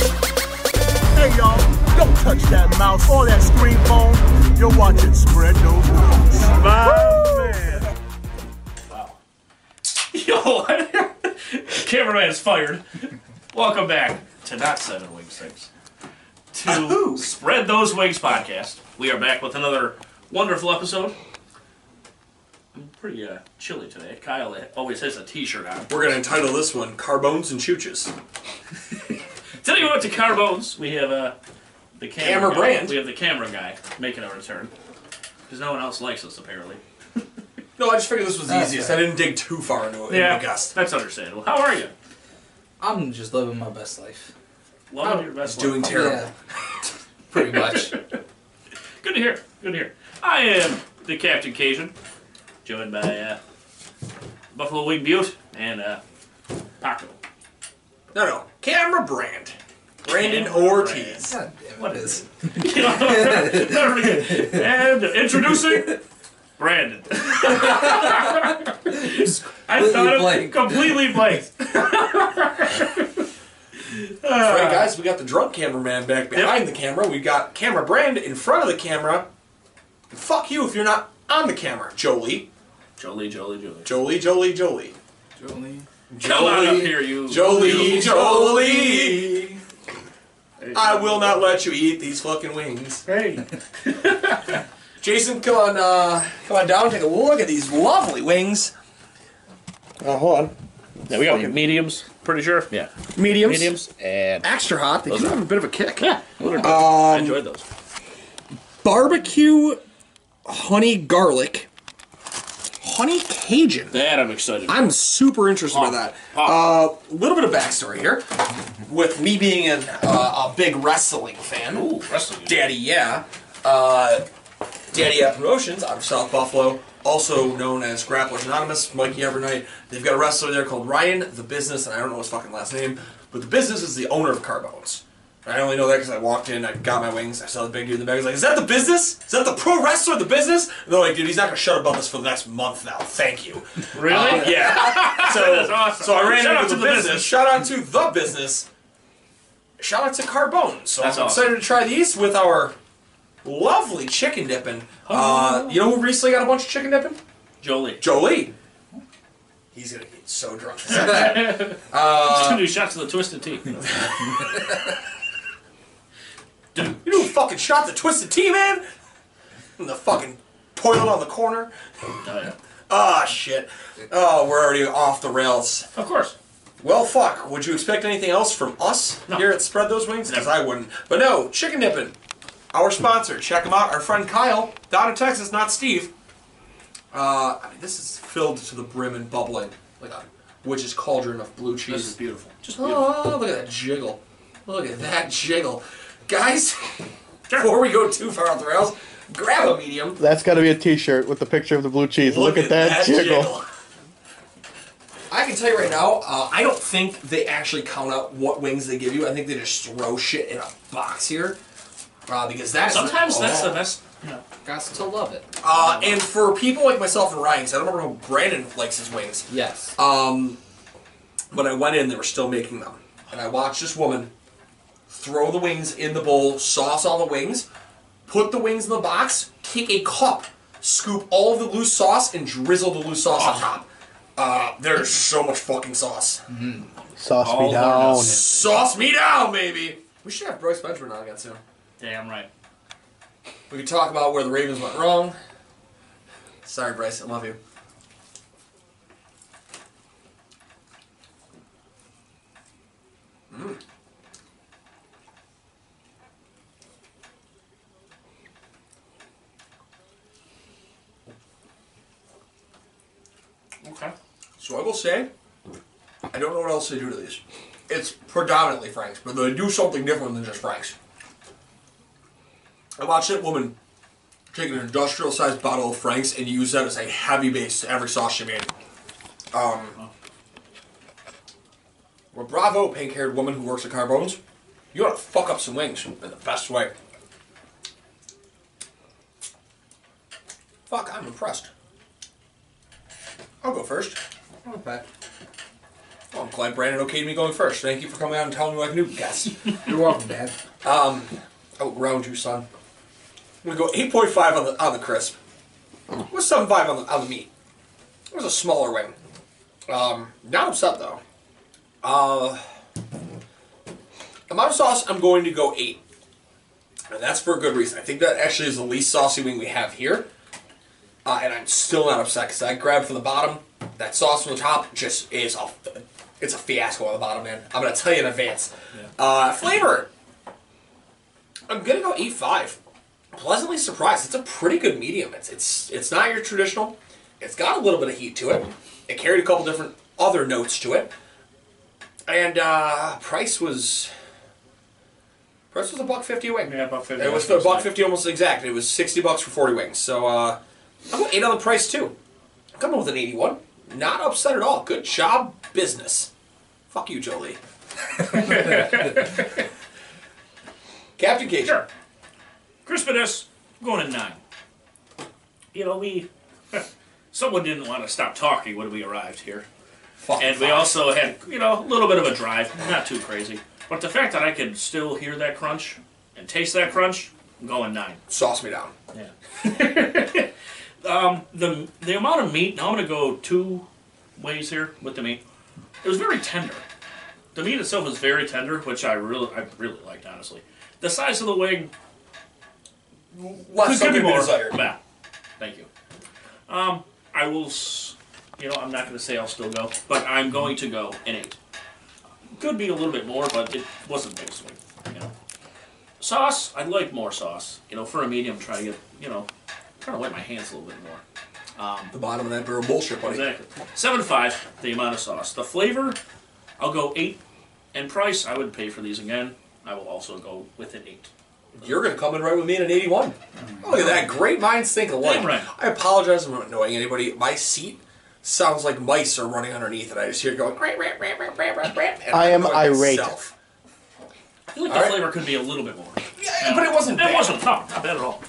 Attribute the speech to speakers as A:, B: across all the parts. A: Hey y'all, don't touch that mouse or that screen phone. You're watching Spread Those Rules.
B: Yo, what? cameraman is fired. Welcome back to not seven wing six. To spread those wings podcast. We are back with another wonderful episode. I'm pretty uh, chilly today. Kyle always has a T-shirt on.
C: We're gonna entitle this one "Carbones and Chooches."
B: Today we went to Carbones. We have uh, the camera,
C: Camera
B: guy.
C: brand.
B: We have the camera guy making a return because no one else likes us apparently.
C: No, I just figured this was the easiest. I didn't dig too far into it. Yeah. Gust.
B: that's understandable. How are you?
D: I'm just living my best life.
B: Loving your best life.
C: Oh, Doing terrible.
D: Yeah. Pretty much.
B: Good to hear. Good to hear. I am the Captain Cajun, joined by uh, Buffalo Wing Butte and uh, Paco.
C: No, no. Camera brand. Brandon
B: Camera
C: Ortiz.
D: God damn it.
B: What is? Never forget. And introducing Brandon. I thought it
D: blank.
B: completely blank.
C: That's right, guys. We got the drunk cameraman back behind the camera. We got camera brand in front of the camera. And fuck you if you're not on the camera, Jolie.
B: Jolie, Jolie, Jolie.
C: Jolie, Jolie, Jolie.
B: Come on up here, you.
C: Jolie,
B: you-
C: Jolie. I will not let you eat these fucking wings.
B: Hey.
C: Jason, come on, uh, come on down. Take a look at these lovely wings. Uh, hold on.
B: Yeah, we got mediums, pretty sure. Yeah.
C: Mediums.
B: Mediums eh. and.
C: Extra hot. They do have a bit of a kick.
B: Yeah.
C: Um,
B: I enjoyed those.
C: Barbecue, honey garlic, honey Cajun.
B: That I'm excited.
C: I'm super interested by
B: Pop.
C: that.
B: Pop.
C: A little bit of backstory here. With me being an, uh, a big wrestling fan,
B: Ooh, wrestling.
C: Daddy Yeah, uh, Daddy Yeah Promotions out of South Buffalo, also known as Grapplers Anonymous, Mikey Evernight. They've got a wrestler there called Ryan The Business, and I don't know his fucking last name, but The Business is the owner of Carbones. And I only know that because I walked in, I got my wings, I saw the big dude in the bag. I was like, "Is that the business? Is that the pro wrestler, the business?" And they're like, "Dude, he's not gonna shut about this for the next month now. Thank you."
B: Really?
C: Yeah. so,
B: That's awesome.
C: so I ran
B: Shout
C: into
B: out
C: the,
B: to the
C: business.
B: business.
C: Shout out to the business. Shout out to Carbone. So
B: That's
C: I'm
B: awesome.
C: excited to try these with our lovely chicken dipping. Uh, you know who recently got a bunch of chicken dipping?
B: Jolie.
C: Jolie. He's gonna get so drunk. Is that bad?
B: Two new shots of the twisted tea.
C: you know who fucking shot the twisted tea man? And the fucking toilet on the corner. Ah shit. Oh, we're already off the rails.
B: Of course.
C: Well, fuck. Would you expect anything else from us
B: No.
C: here at Spread Those Wings? Because
B: Never.
C: I wouldn't. But no, Chicken Dippin', our sponsor. Check them out. Our friend Kyle, down in Texas, not Steve. Uh, I mean, this is filled to the brim and bubbling like a witch's cauldron of blue cheese.
B: beautiful. Just beautiful.
C: Oh, look at that jiggle. Look at that jiggle. Guys, before we go too far off the rails, grab a medium.
E: That's got to be a T-shirt with the picture of the blue cheese. Look, at, that, jiggle.
C: I can tell you right now, uh, I don't think they actually count out what wings they give you. I think they just throw shit in a box here. Uh, because that's
B: Sometimes that's the best. You know,
D: Got to love it.
C: Uh, and for people like myself and Ryan, 'cause I don't remember how Brandon likes his wings.
D: Yes.
C: When I went in, they were still making them, and I watched this woman throw the wings in the bowl, sauce all the wings, put the wings in the box, take a cup, scoop all of the loose sauce, and drizzle the loose sauce on top. Uh, there's so much fucking sauce.
E: Sauce
B: All
E: me down.
B: or nothing.
C: Sauce me down, baby. We should have Bryce Benjamin on again soon.
B: damn right.
C: We could talk about where the Ravens went wrong. Sorry, Bryce, I love you. So I will say, I don't know what else they do to these. It's predominantly Frank's, but they do something different than just Frank's. I watched that woman take an industrial sized bottle of Frank's and use that as a heavy base to every sauce she made. Um, well, bravo, pink haired woman who works at Carbone's. You gotta fuck up some wings in the best way. Fuck, I'm impressed. I'll go first.
D: Okay.
C: Well, I'm glad Brandon okayed me going first. Thank you for coming out and telling me like a new guest.
D: You're welcome, Dad.
C: oh, round you, son. I'm gonna go 8.5 on the on the crisp. With 7.5 on the on the meat. It was a smaller wing. Um, not upset though. Uh, amount of sauce, I'm going to go eight, and that's for a good reason. I think that actually is the least saucy wing we have here, uh, and I'm still not upset because I grabbed from the bottom. That sauce from the top just is a, it's a fiasco on the bottom, man. I'm gonna tell you in advance. Uh, flavor, I'm gonna go eight five. Pleasantly surprised. It's a pretty good medium. It's it's it's not your traditional. It's got a little bit of heat to it. It carried a couple different other notes to it, and uh, price was price was a buck fifty a wing.
B: Yeah, about fifty.
C: It was a buck fifty almost exact. It was sixty bucks for forty wings. So uh, I'm going eight on the price too. I'm coming with an eighty-one. Not upset at all. Good job, business. Fuck you, Jolie. Captain Cajun.
B: Sure. Crispiness, going at nine. You know, we. Someone didn't want to stop talking when we arrived here.
C: Fuck
B: And we also had, you know, a little bit of a drive, not too crazy. But the fact that I could still hear that crunch and taste that crunch, I'm going nine.
C: sauce me down.
B: The the amount of meat, now I'm gonna go two ways here with the meat. It was very tender. The meat itself was very tender, which I really I really liked honestly. The size of the wing
C: Left
B: could be
C: something to be
B: more.
C: desired.
B: Yeah. Thank you. Um, I will, s- you know, I'm not going to say I'll still go, but I'm going to go in eight. Could be a little bit more, but it wasn't big swing. You know. Sauce, I'd like more sauce. You know, for a medium, try to get, you know, trying to wet my hands a little bit more.
C: The bottom of that barrel bullshit, buddy.
B: Exactly. Seven five, the amount of sauce. The flavor, I'll go eight. And price, I would pay for these again. I will also go with an eight.
C: You're gonna come in right with me in an 81. Look at that. Great minds think alike.
B: Damn right.
C: I apologize for not knowing anybody. My seat sounds like mice are running underneath it. I just hear it going. "Rap, rap, rap, rap, rap, rap, rap," and
E: I
C: I'm
E: am
C: going
E: irate.
C: myself.
B: I feel like
C: All
B: the
C: right.
B: flavor could be a little bit more.
C: Yeah, but it wasn't bad.
B: It wasn't tough. Not bad at all.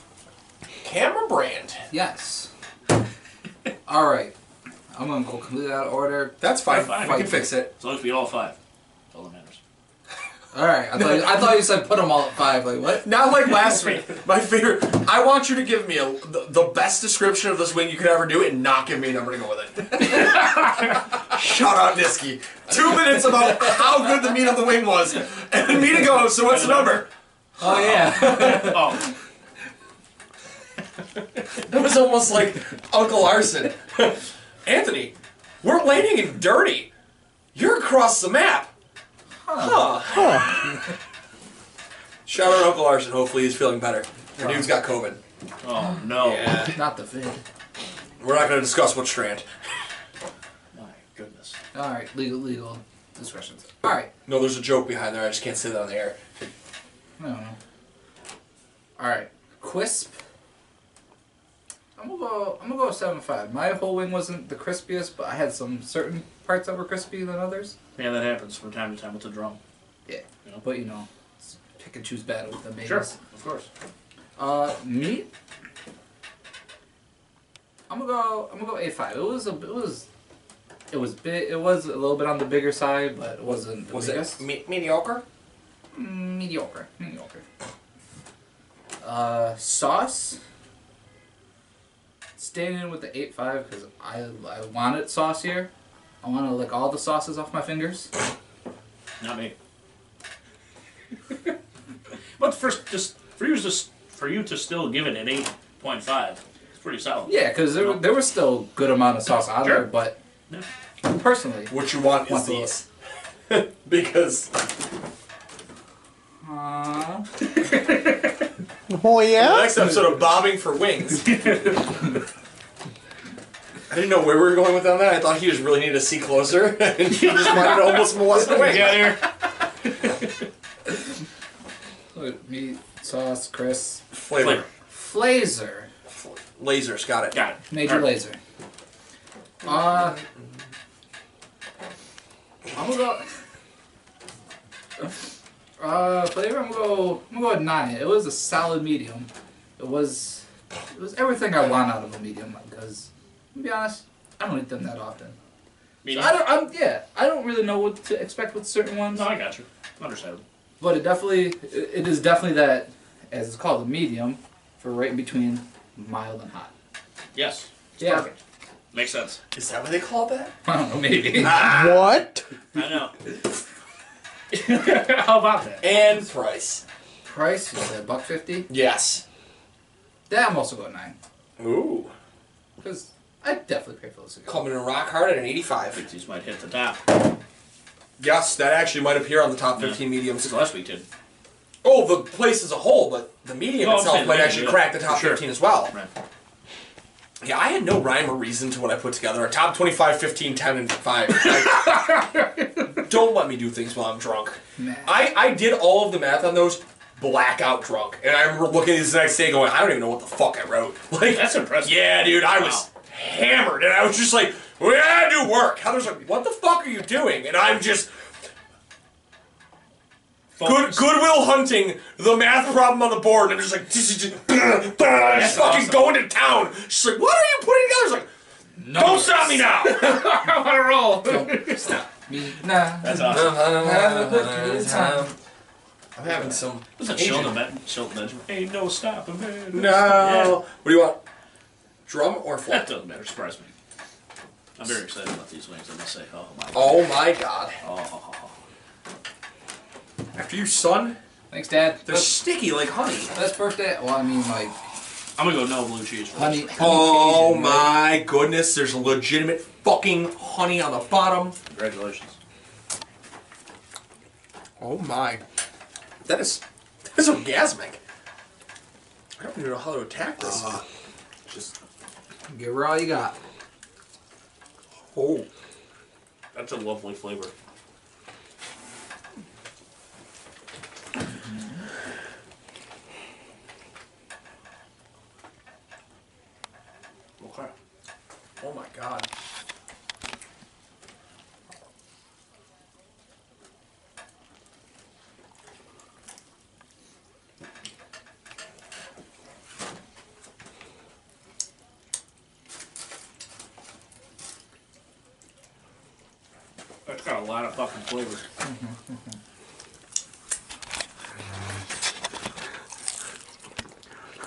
C: Cameron Brand.
D: Yes. All right. I'm gonna go completely out of order.
C: That's fine.
B: Fine.
C: We can fix it.
B: As long as we get all five. That's all that matters.
D: All right. I thought you, I thought you said put them all at five. Like what?
C: Not like last week. My favorite. I want you to give me a, the, the best description of this wing you could ever do, and not give me a number to go with it. Shut up, Niski. Two minutes about how good the meat of the wing was, and then Mina goes, "So what's the number?"
D: Oh yeah.
B: Oh,
C: It was almost like Uncle Arson. Anthony, we're landing in dirty. You're across the map. Huh. Shout out Uncle Arson. Hopefully he's feeling better. The dude's got COVID.
B: oh no.
D: Not the food.
C: We're not going to discuss what strand.
B: My goodness.
D: All right. Legal legal discretions. All right.
C: No, there's a joke behind there. I just can't say that on the air.
D: I don't know. All right. Crisp. I'm gonna go. I'm gonna go seven five. My whole wing wasn't the crispiest, but I had some certain parts that were crispy than others.
B: Yeah, that happens from time to time with the drum.
D: Yeah. But you know, it's pick and choose battle with the babies.
B: Sure, of course.
D: Uh, meat. I'm gonna go. I'm gonna go A five. It was a. It was. It was big. It was a little bit on the bigger side, but it wasn't. The
C: Was
D: biggest.
C: it me- mediocre?
D: mediocre? Mediocre. Uh, sauce. Staying in with the eight five because I I want it saucier. I want to lick all the sauces off my fingers.
B: Not me. but first, just for you to s- for you to still give it an eight point five, it's pretty solid.
D: Yeah, because there, were- there was still a good amount of sauce on
B: Sure.
D: there, but
B: Yeah.
D: personally,
C: What you want is
D: What's
C: these. because
D: uh,
E: Oh
C: the
E: yeah.
C: next episode of Bobbing for Wings. I didn't know where we were going with on that. I thought he just really needed to see closer, and he just wanted to almost molest the
B: Get
C: wing.
B: out here.
D: Look, Oh, meat, sauce, Chris.
C: Flavor.
B: Flavor.
D: Flazer.
C: Lasers, got it.
B: Got it.
D: Major
B: All right.
D: laser. Uh, I'm gonna go. Uh, flavor. I'm gonna go. I'm gonna go with nine. It was a solid medium. It was. It was everything I want out of a medium. Because, to be honest, I don't eat them that often. So
B: Medium.
D: I don't. I'm, yeah, I don't really know what to expect with certain ones.
B: No, I got you. Understandable.
D: But it definitely, it it is definitely that, as it's called, a medium, for right in between mild and hot.
B: Yes.
D: Yeah.
B: Perfect. Makes sense.
C: Is that what they call that?
D: I don't know, maybe.
E: What?
B: I know. How about that?
C: And price.
D: Price is that buck fifty.
C: Yes.
D: That I'm also going nine
C: Ooh.
D: because I definitely pay for those. again.
C: Coming in rock hard at an 85.
B: These might hit the top.
C: Yes, that actually might appear on the top 15 mediums.
B: Because last week did.
C: Oh, the place as a whole, but the medium
B: No, I'm
C: itself
B: saying
C: might
B: medium,
C: actually
B: yeah.
C: crack the top
B: For sure.
C: 15 as well.
B: Right.
C: Yeah, I had no rhyme or reason to what I put together. A top 25, 15, 10, and 5. Like, don't let me do things while I'm drunk.
D: Nah.
C: I, I did all of the math on those blackout drunk. And I remember looking at this the next day going, I don't even know what the fuck I wrote. Like,
B: That's impressive.
C: Yeah, dude, I was
B: Wow.
C: hammered, and I was just like, "We gotta do work." Heather's like, "What the fuck are you doing?" And I'm just good, Goodwill Hunting the math problem on the board, and I'm just like, just, just, just fucking
B: awesome.
C: going to town. She's like, "What are you putting together?" I was like, "Don't stop me now."
B: I want to roll.
D: Me, nah.
B: That's
C: Uh,
B: awesome.
C: I'm having some.
B: It's a chill to bed. Chill to bed. Ain't no stopping me.
C: No. What do you want? Drum or
B: That
C: flute?
B: doesn't matter. Surprise me. I'm very excited about these wings. I'm gonna say, oh my. God.
C: Oh my god.
B: Oh.
C: After you, son,
D: Thanks, Dad.
C: they're
D: That's,
C: sticky like honey.
D: that's birthday. Well, I mean, like
B: I'm gonna go no blue cheese. for
D: honey.
B: this.
C: Oh
D: honey Cajun, right?
C: my goodness, there's legitimate fucking honey on the bottom.
B: Congratulations.
C: Oh my. That is that is orgasmic. I don't even know how to attack this.
D: Just give her all you got.
C: oh.
B: That's a lovely flavor. Okay.
C: Oh my god.
B: That's got a lot of fucking flavor.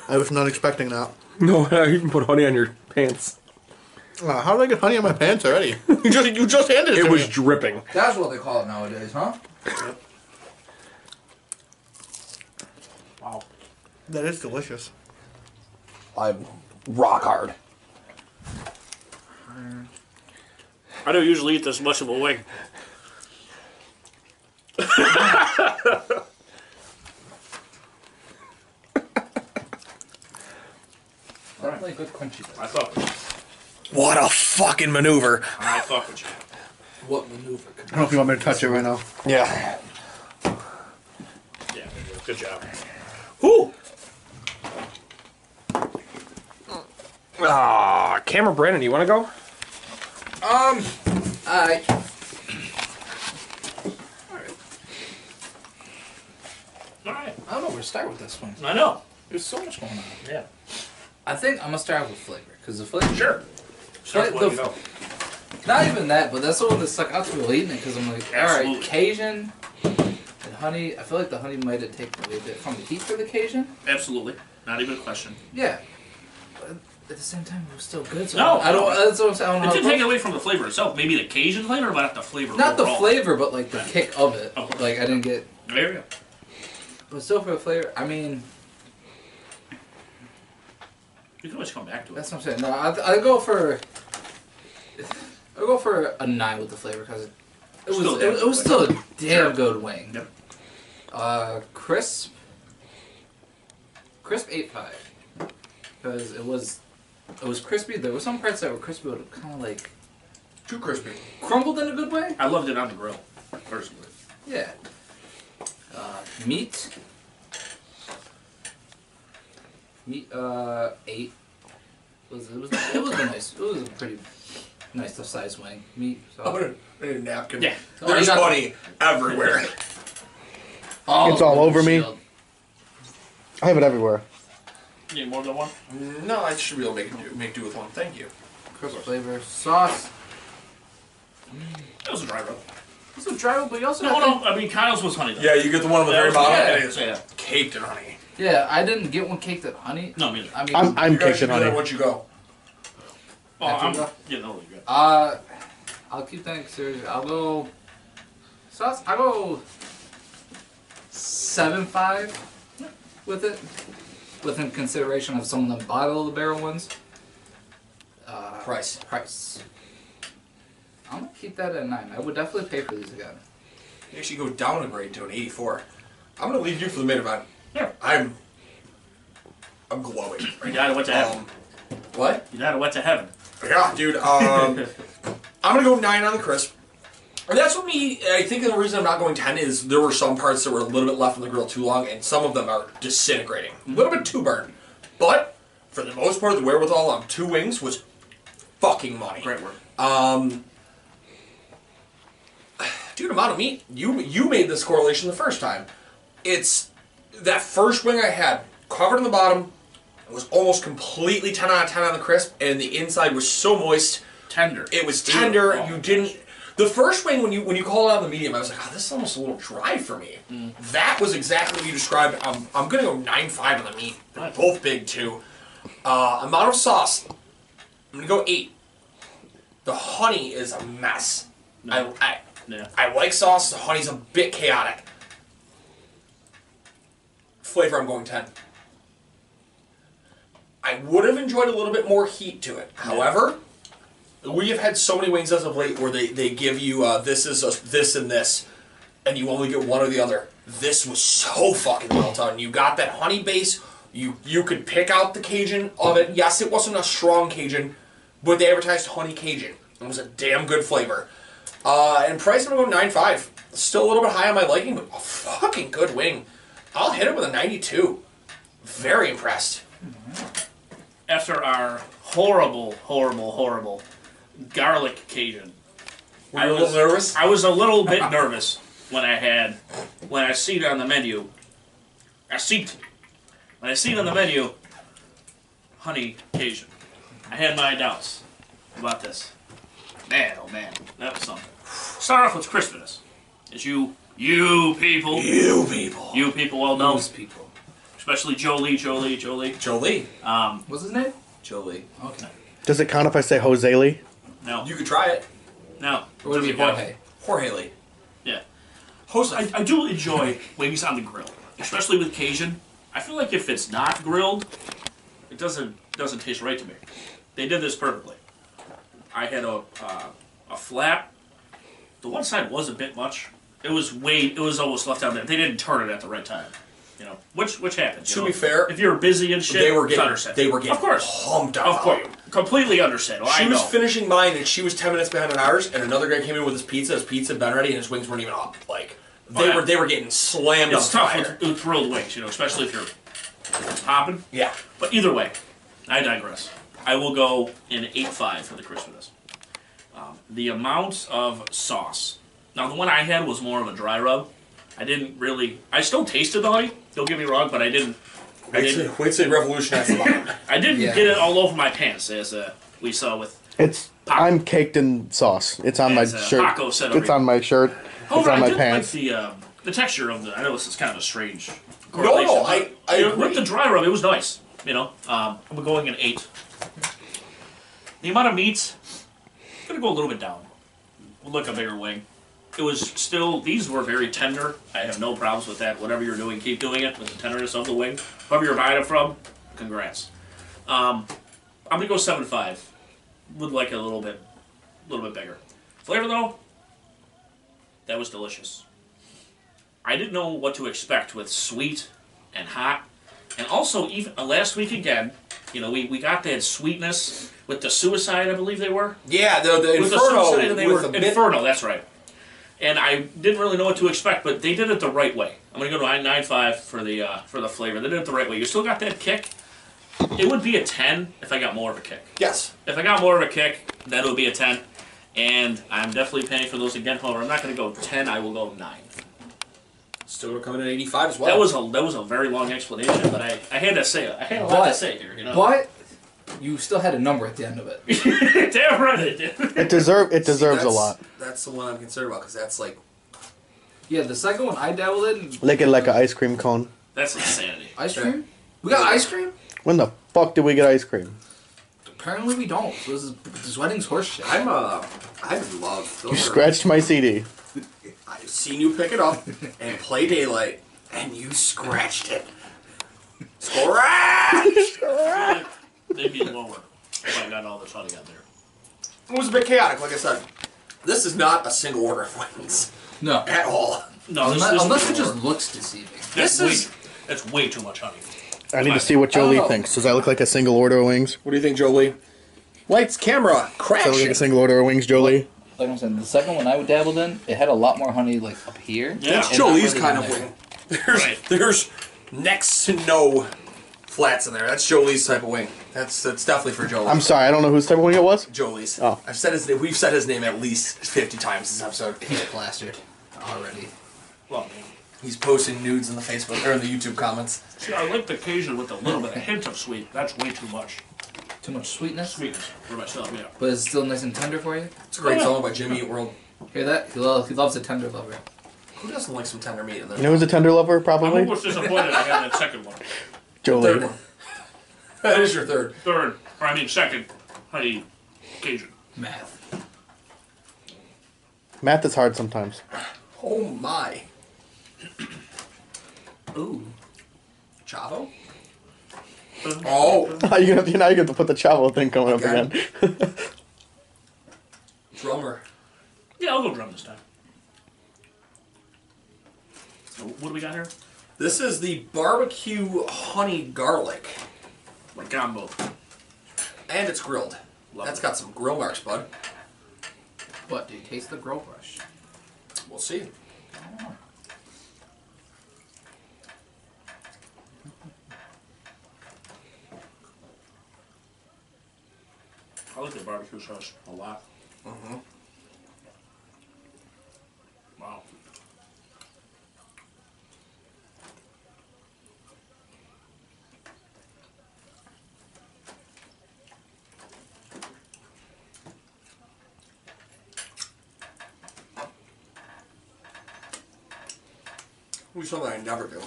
E: I was not expecting that.
F: No, you can put honey on your pants.
E: Uh, how did I get honey on my pants already? you just you just handed it,
F: It
E: to
F: was
E: me.
F: dripping.
D: That's what they call it nowadays, huh?
E: That is delicious.
C: I'm rock hard.
B: I don't usually eat this much of a wing.
D: Definitely good crunchy.
B: I fuck with you.
C: What a fucking maneuver.
B: I fuck with you.
C: What maneuver?
E: I don't know if you want me to touch it right now.
C: Yeah.
B: Yeah, there you go. good job.
C: Ooh.
F: Ah, camera Brandon, you want to go?
D: Alright.
B: All right.
D: I don't know where to start with this one.
B: I know.
D: There's so much going on.
B: Yeah.
D: I think I'm gonna start with flavor because the flavor.
B: Sure. Start
D: But
B: with what
D: the-
B: you know.
D: Not even that, but that's the one that stuck out to me while eating it because I'm like, all
B: Absolutely.
D: right, Cajun and honey. I feel like the honey might have taken away a bit from the heat for the Cajun.
B: Absolutely. Not even a question.
D: Yeah. But at the same time, it was still good. So
B: No.
D: I don't. uh, That's what I'm saying. I don't know
B: It
D: how
B: didn't
D: to
B: take it
D: put-
B: away from the flavor itself. Maybe the Cajun flavor, but not the flavor.
D: Not the
B: overall.
D: flavor, but like the kick of it.
B: Oh.
D: Like I didn't get.
B: There you go.
D: But still, for the flavor, I mean,
B: You can always come back to it.
D: that's what I'm saying. No, I I go for. I go for a nine with the flavor because it, it was
B: Still
D: it, was- it was still a damn good wing.
B: Yep.
D: Uh, crisp. Crisp eight five, because it was It was crispy. There were some parts that were crispy, but kind of like
C: Too crispy.
D: crumbled in a good way.
B: I loved it on the grill, personally.
D: Yeah. Uh, meat. Meat. Uh, eight. It was, it was it was a nice. It was a pretty nice size wing. Meat. So.
C: I'm gonna I need a napkin.
B: Yeah.
C: There's
D: Oh, you got-
C: money everywhere.
D: All
E: It's all
D: over
E: over
D: the
E: me.
D: shield.
E: I have it everywhere.
B: You need more than one?
C: no, I should be able to make do, make do with one. Thank you.
D: Crisp flavor sauce.
B: It was a dry rub.
D: It's a dry one, but you also
B: No,
D: got
B: no, I mean, Kyle's was honey, though.
C: Yeah, you get the one on the
B: That
C: very
B: was-
C: bottom.
D: yeah.
C: It is
B: Yeah.
C: caked in honey.
D: Yeah, I didn't get one caked in honey.
B: No, me neither.
D: I mean,
E: I'm I'm
C: You guys should
E: kitchen
C: do that
E: honey.
C: once you go.
B: Oh,
D: That's
B: I'm
D: enough.
B: getting older. Good.
D: uh, I'll keep that serious. I'll go sauce. I'll go seven five with it, within consideration of some of the bottom of the barrel ones.
C: Price.
D: Price. I'm gonna keep that at nine. I would definitely pay for these again.
C: You actually go down a grade to an 84. I'm gonna leave you for the main event.
B: Here.
C: I'm. I'm glowing.
B: You died of what to heaven.
C: Um, what?
B: you died of what to heaven.
C: Yeah, dude. Um, I'm gonna go nine on the crisp. And that's what me. I think the reason I'm not going ten is there were some parts that were a little bit left on the grill too long, and some of them are disintegrating, a little bit too burnt. But for the most part, the wherewithal on two wings was fucking money. Um,
B: Great work.
C: dude, amount of meat. You you made this correlation the first time. It's that first wing I had covered in the bottom. It was almost completely ten out of ten on the crisp, and the inside was so moist.
B: Tender.
C: It was tender.
B: Beautiful.
C: You didn't. The first wing when you when you called out the medium, I was like, oh, this is almost a little dry for me. That was exactly what you described. I'm, I'm gonna go nine five on the meat. They're both big too. Uh, amount of sauce. I'm gonna go eight. The honey is a mess. I, I
B: Yeah.
C: I like sauce. The honey's a bit chaotic. Flavor, I'm going 10. I would have enjoyed a little bit more heat to it. However, we have had so many wings as of late where they, they give you uh, this is a, this and this, and you only get one or the other. This was so fucking well done. You got that honey base. You you could pick out the Cajun of it. Yes, it wasn't a strong Cajun, but they advertised honey Cajun. It was a damn good flavor. Uh, and price, I'm gonna go nine five. Still a little bit high on my liking, but a fucking good wing. I'll hit it with a 92. Very impressed.
B: After our horrible, horrible, horrible garlic Cajun,
C: Were you a little nervous?
B: I was a little bit nervous when I had when I seen on the menu. I seen when I seen on the menu honey Cajun. I had my doubts about this. Man, oh man, that was something. Start off with crispiness. As you you people
C: You people.
B: you people well know,
D: Those people.
B: especially Jolie, Jolie, Jolie.
C: Jolie.
D: What's his name?
C: Jolie.
D: Okay.
E: Does it count if I say Jose Lee?
B: No.
C: You could try it.
B: no.
D: Or would it be
B: Doesn't count.
D: Jorge?
C: Jorge Lee.
B: Yeah.
C: Jose.
B: I, I do enjoy wings on the grill, especially with Cajun. I feel like if it's not grilled, it doesn't doesn't taste right to me. They did this perfectly. I had a uh, a flap. The one side was a bit much. It was way. It was almost left out there. They didn't turn it at the right time. You know, which which happens. you
C: To be
B: know?
C: fair,
B: if you're busy and shit,
C: they were
B: it's
C: getting
B: underset.
C: they were getting
B: of course,
C: pumped up.
B: of course, completely underset. Oh,
C: She
B: I
C: was
B: know.
C: finishing mine and she was ten minutes behind on ours, and another guy came in with his pizza. His pizza had been ready, and his wings weren't even up. Like they
B: Oh, yeah.
C: were they were getting slammed
B: It's
C: on
B: tough
C: fire.
B: with, with grilled wings, you know, especially if you're popping.
C: Yeah.
B: But either way, I digress. I will go in 8.5 for the crispiness. Um, the amount of sauce. Now, the one I had was more of a dry rub. I didn't really. I still tasted the honey. Don't get me wrong, but I didn't. I
C: Wait till,
B: didn't,
C: wait till they revolutionize the bottom.
B: I didn't
D: Yeah.
B: get it all over my pants, as uh, we saw with.
E: It's I'm caked in sauce. It's on my
B: It's, uh,
E: shirt.
B: taco celery.
E: It's on my shirt. It's
B: However,
E: on
B: I
E: my
B: did
E: pants.
B: like the um, the texture of the. I know this is kind of a strange.
C: no,
B: correlation,
C: I-
B: but,
C: I
B: you know,
C: agree.
B: with the dry rub, it was nice. You know, um, I'm going an eight. The amount of meats, I'm gonna go a little bit down. We'll look a bigger wing. It was still these were very tender. I have no problems with that. Whatever you're doing, keep doing it with the tenderness of the wing. Whoever you're buying it from, congrats. Um, I'm gonna go seven five. Would like it a little bit, a little bit bigger. Flavor though, that was delicious. I didn't know what to expect with sweet and hot, and also even uh, last week again, You know, we, we got that sweetness with the suicide, I believe they were.
C: Yeah, the, the
B: with the
C: Inferno.
B: suicide, they
C: with
B: were
C: the bit-
B: Inferno, that's right. And I didn't really know what to expect, but they did it the right way. I'm gonna go to 9.5 for the uh, for the flavor. They did it the right way. You still got that kick. It would be a 10 if I got more of a kick.
C: Yes.
B: If I got more of a kick, that would be a 10. And I'm definitely paying for those again. However, I'm not going to go 10. I will go 9.
C: Still coming in at 85 as well.
B: That was a that was a very long explanation, but I, I had to say it. I had a lot to
D: But-
B: say here, you know.
D: But you still had a number at the end of it.
B: Damn right I did.
E: It deserve it
C: See,
E: deserves a
C: that's-
E: lot.
C: That's the one I'm concerned about because that's like
D: Yeah, the second one I dabbled in.
E: Lick it like an ice cream cone.
B: That's insanity.
D: Ice cream? We got ice cream?
E: When the fuck did we get ice cream?
D: Apparently we don't. So this is this wedding's horseshit.
C: I'm uh I love those.
E: You
C: are-
E: scratched my CD.
C: I've seen you pick it up and play daylight, and you scratched it. Scratch.
B: They'd be lower if I got all the fun I got there.
C: It was a bit chaotic, like I said. This is not a single order of wings
D: no.
C: at all.
B: No, this,
D: unless
B: this
D: unless
B: is
D: it just
B: lower.
D: looks deceiving.
B: that's
C: this
B: way,
C: is-
B: that's way too much honey.
E: I need to see what
D: I
E: Jolie
D: don't know.
E: thinks. Does that look like a single order of wings?
F: What do you think, Jolie? Lights, camera,
E: Does that
F: crash.
E: look like a
F: it.
E: single order of wings, Jolie?
D: Like I'm saying, the second one I dabbled in, it had a lot more honey like up here.
B: Yeah,
C: That's Jolie's
D: really
C: kind of
D: in there.
C: wing. There's
B: Right.
C: there's next to no flats in there. That's Jolie's type of wing. That's that's definitely for Jolie.
E: I'm sorry, I don't know whose type of wing it was.
C: Jolie's.
E: Oh.
C: I've said his name. We've said his name at least 50 times this episode.
D: He got plastered already.
B: well,
C: He's posting nudes in the Facebook or in the YouTube comments.
B: see, I like the Cajun with a little bit, a hint of sweet. That's way too much
D: Too much sweetness.
B: sweetness for myself. Yeah.
D: But it's still nice and tender for you.
C: It's a great song by Jimmy Eat World.
D: Hear that? He, lo- he loves a tender lover.
C: Who doesn't like some tender meat in there?
E: You know who's a tender lover,
B: I'm
E: probably?
B: almost disappointed I got that second one.
E: Jolie.
C: Third one. that is your third.
B: Third, or I mean second, honey Cajun.
D: Math.
E: Math is hard sometimes.
C: Oh my. Ooh. Chavo? Oh.
E: Now you're gonna have to, now you're gonna have to put the chavo thing coming up
C: Okay.
E: again.
C: Drummer.
B: Yeah, I'll go drum this time. So what do we got here?
C: This is the barbecue honey garlic.
B: My gumbo.
C: And it's grilled.
B: Love
C: That's
B: it.
C: got some grill marks, bud.
D: What? Do you taste the grill brush?
C: We'll see.
B: I like the barbecue sauce a lot. Mm-hmm. Wow.
C: Ooh, something I never do.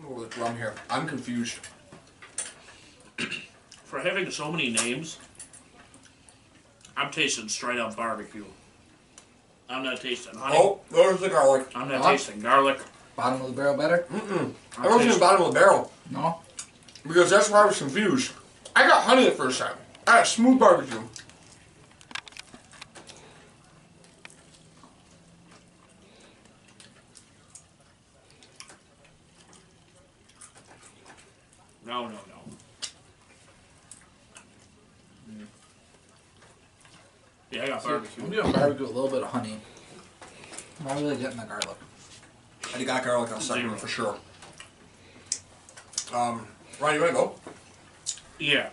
C: Ooh, the drum here. I'm confused.
B: For having so many names, I'm tasting straight up barbecue. I'm not tasting honey.
C: Oh, there's the garlic.
B: I'm not
D: Huh?
B: tasting garlic.
D: Bottom of the barrel better?
C: I wrote it in the bottom of the barrel
D: No.
C: because that's where I was confused. I got honey the first time. I got smooth barbecue.
B: No, no, no. Yeah, I got
D: I'm
B: barbecue.
D: doing barbecue with a little bit of honey. I'm not really getting the garlic.
C: I got garlic on the second
B: Zero.
C: one for sure. Um, Ryan, you ready to go?
B: Yeah.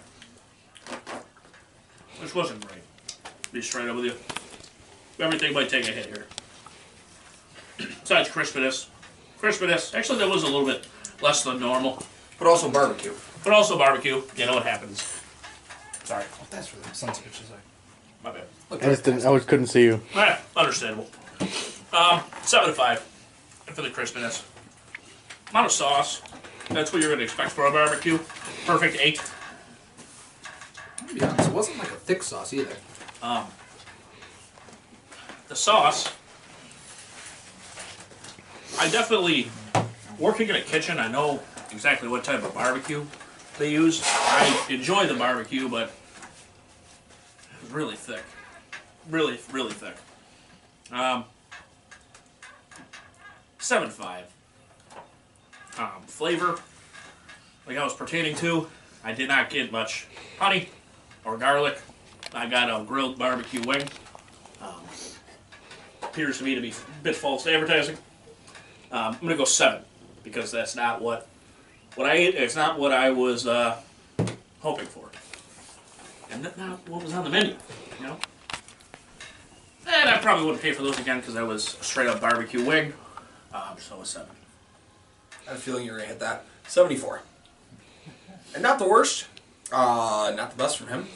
B: This wasn't great. Be straight up with you. Everything might take a hit here. Besides crispiness. Crispiness. Actually, that was a little bit less than normal.
C: But also barbecue.
B: But also barbecue. You know what happens. Sorry.
D: That's where the sun switches are.
B: My bad.
E: I just didn't. I was, couldn't see you.
B: Eh, understandable. Um, seven to five for the crispiness. Amount of sauce. That's what you're going to expect for a barbecue. Perfect eight.
D: To be honest, it wasn't like a thick sauce either.
B: the sauce. I definitely, working in a kitchen, I know exactly what type of barbecue they use. I enjoy the barbecue, but it was really thick. Really, really thick. Um, 7.5. Um, flavor, like I was pertaining to, I did not get much honey or garlic. I got a grilled barbecue wing. Um, appears to me to be a bit false advertising. Um, I'm gonna go seven because that's not what what I ate. It's not what I was uh, hoping for, and not- not what was on the menu. You know. And I probably wouldn't pay for those again because that was a straight up barbecue wing. Um, so a seven.
C: I have a feeling you're gonna hit that. 74. And not the worst. Uh, not the best from him.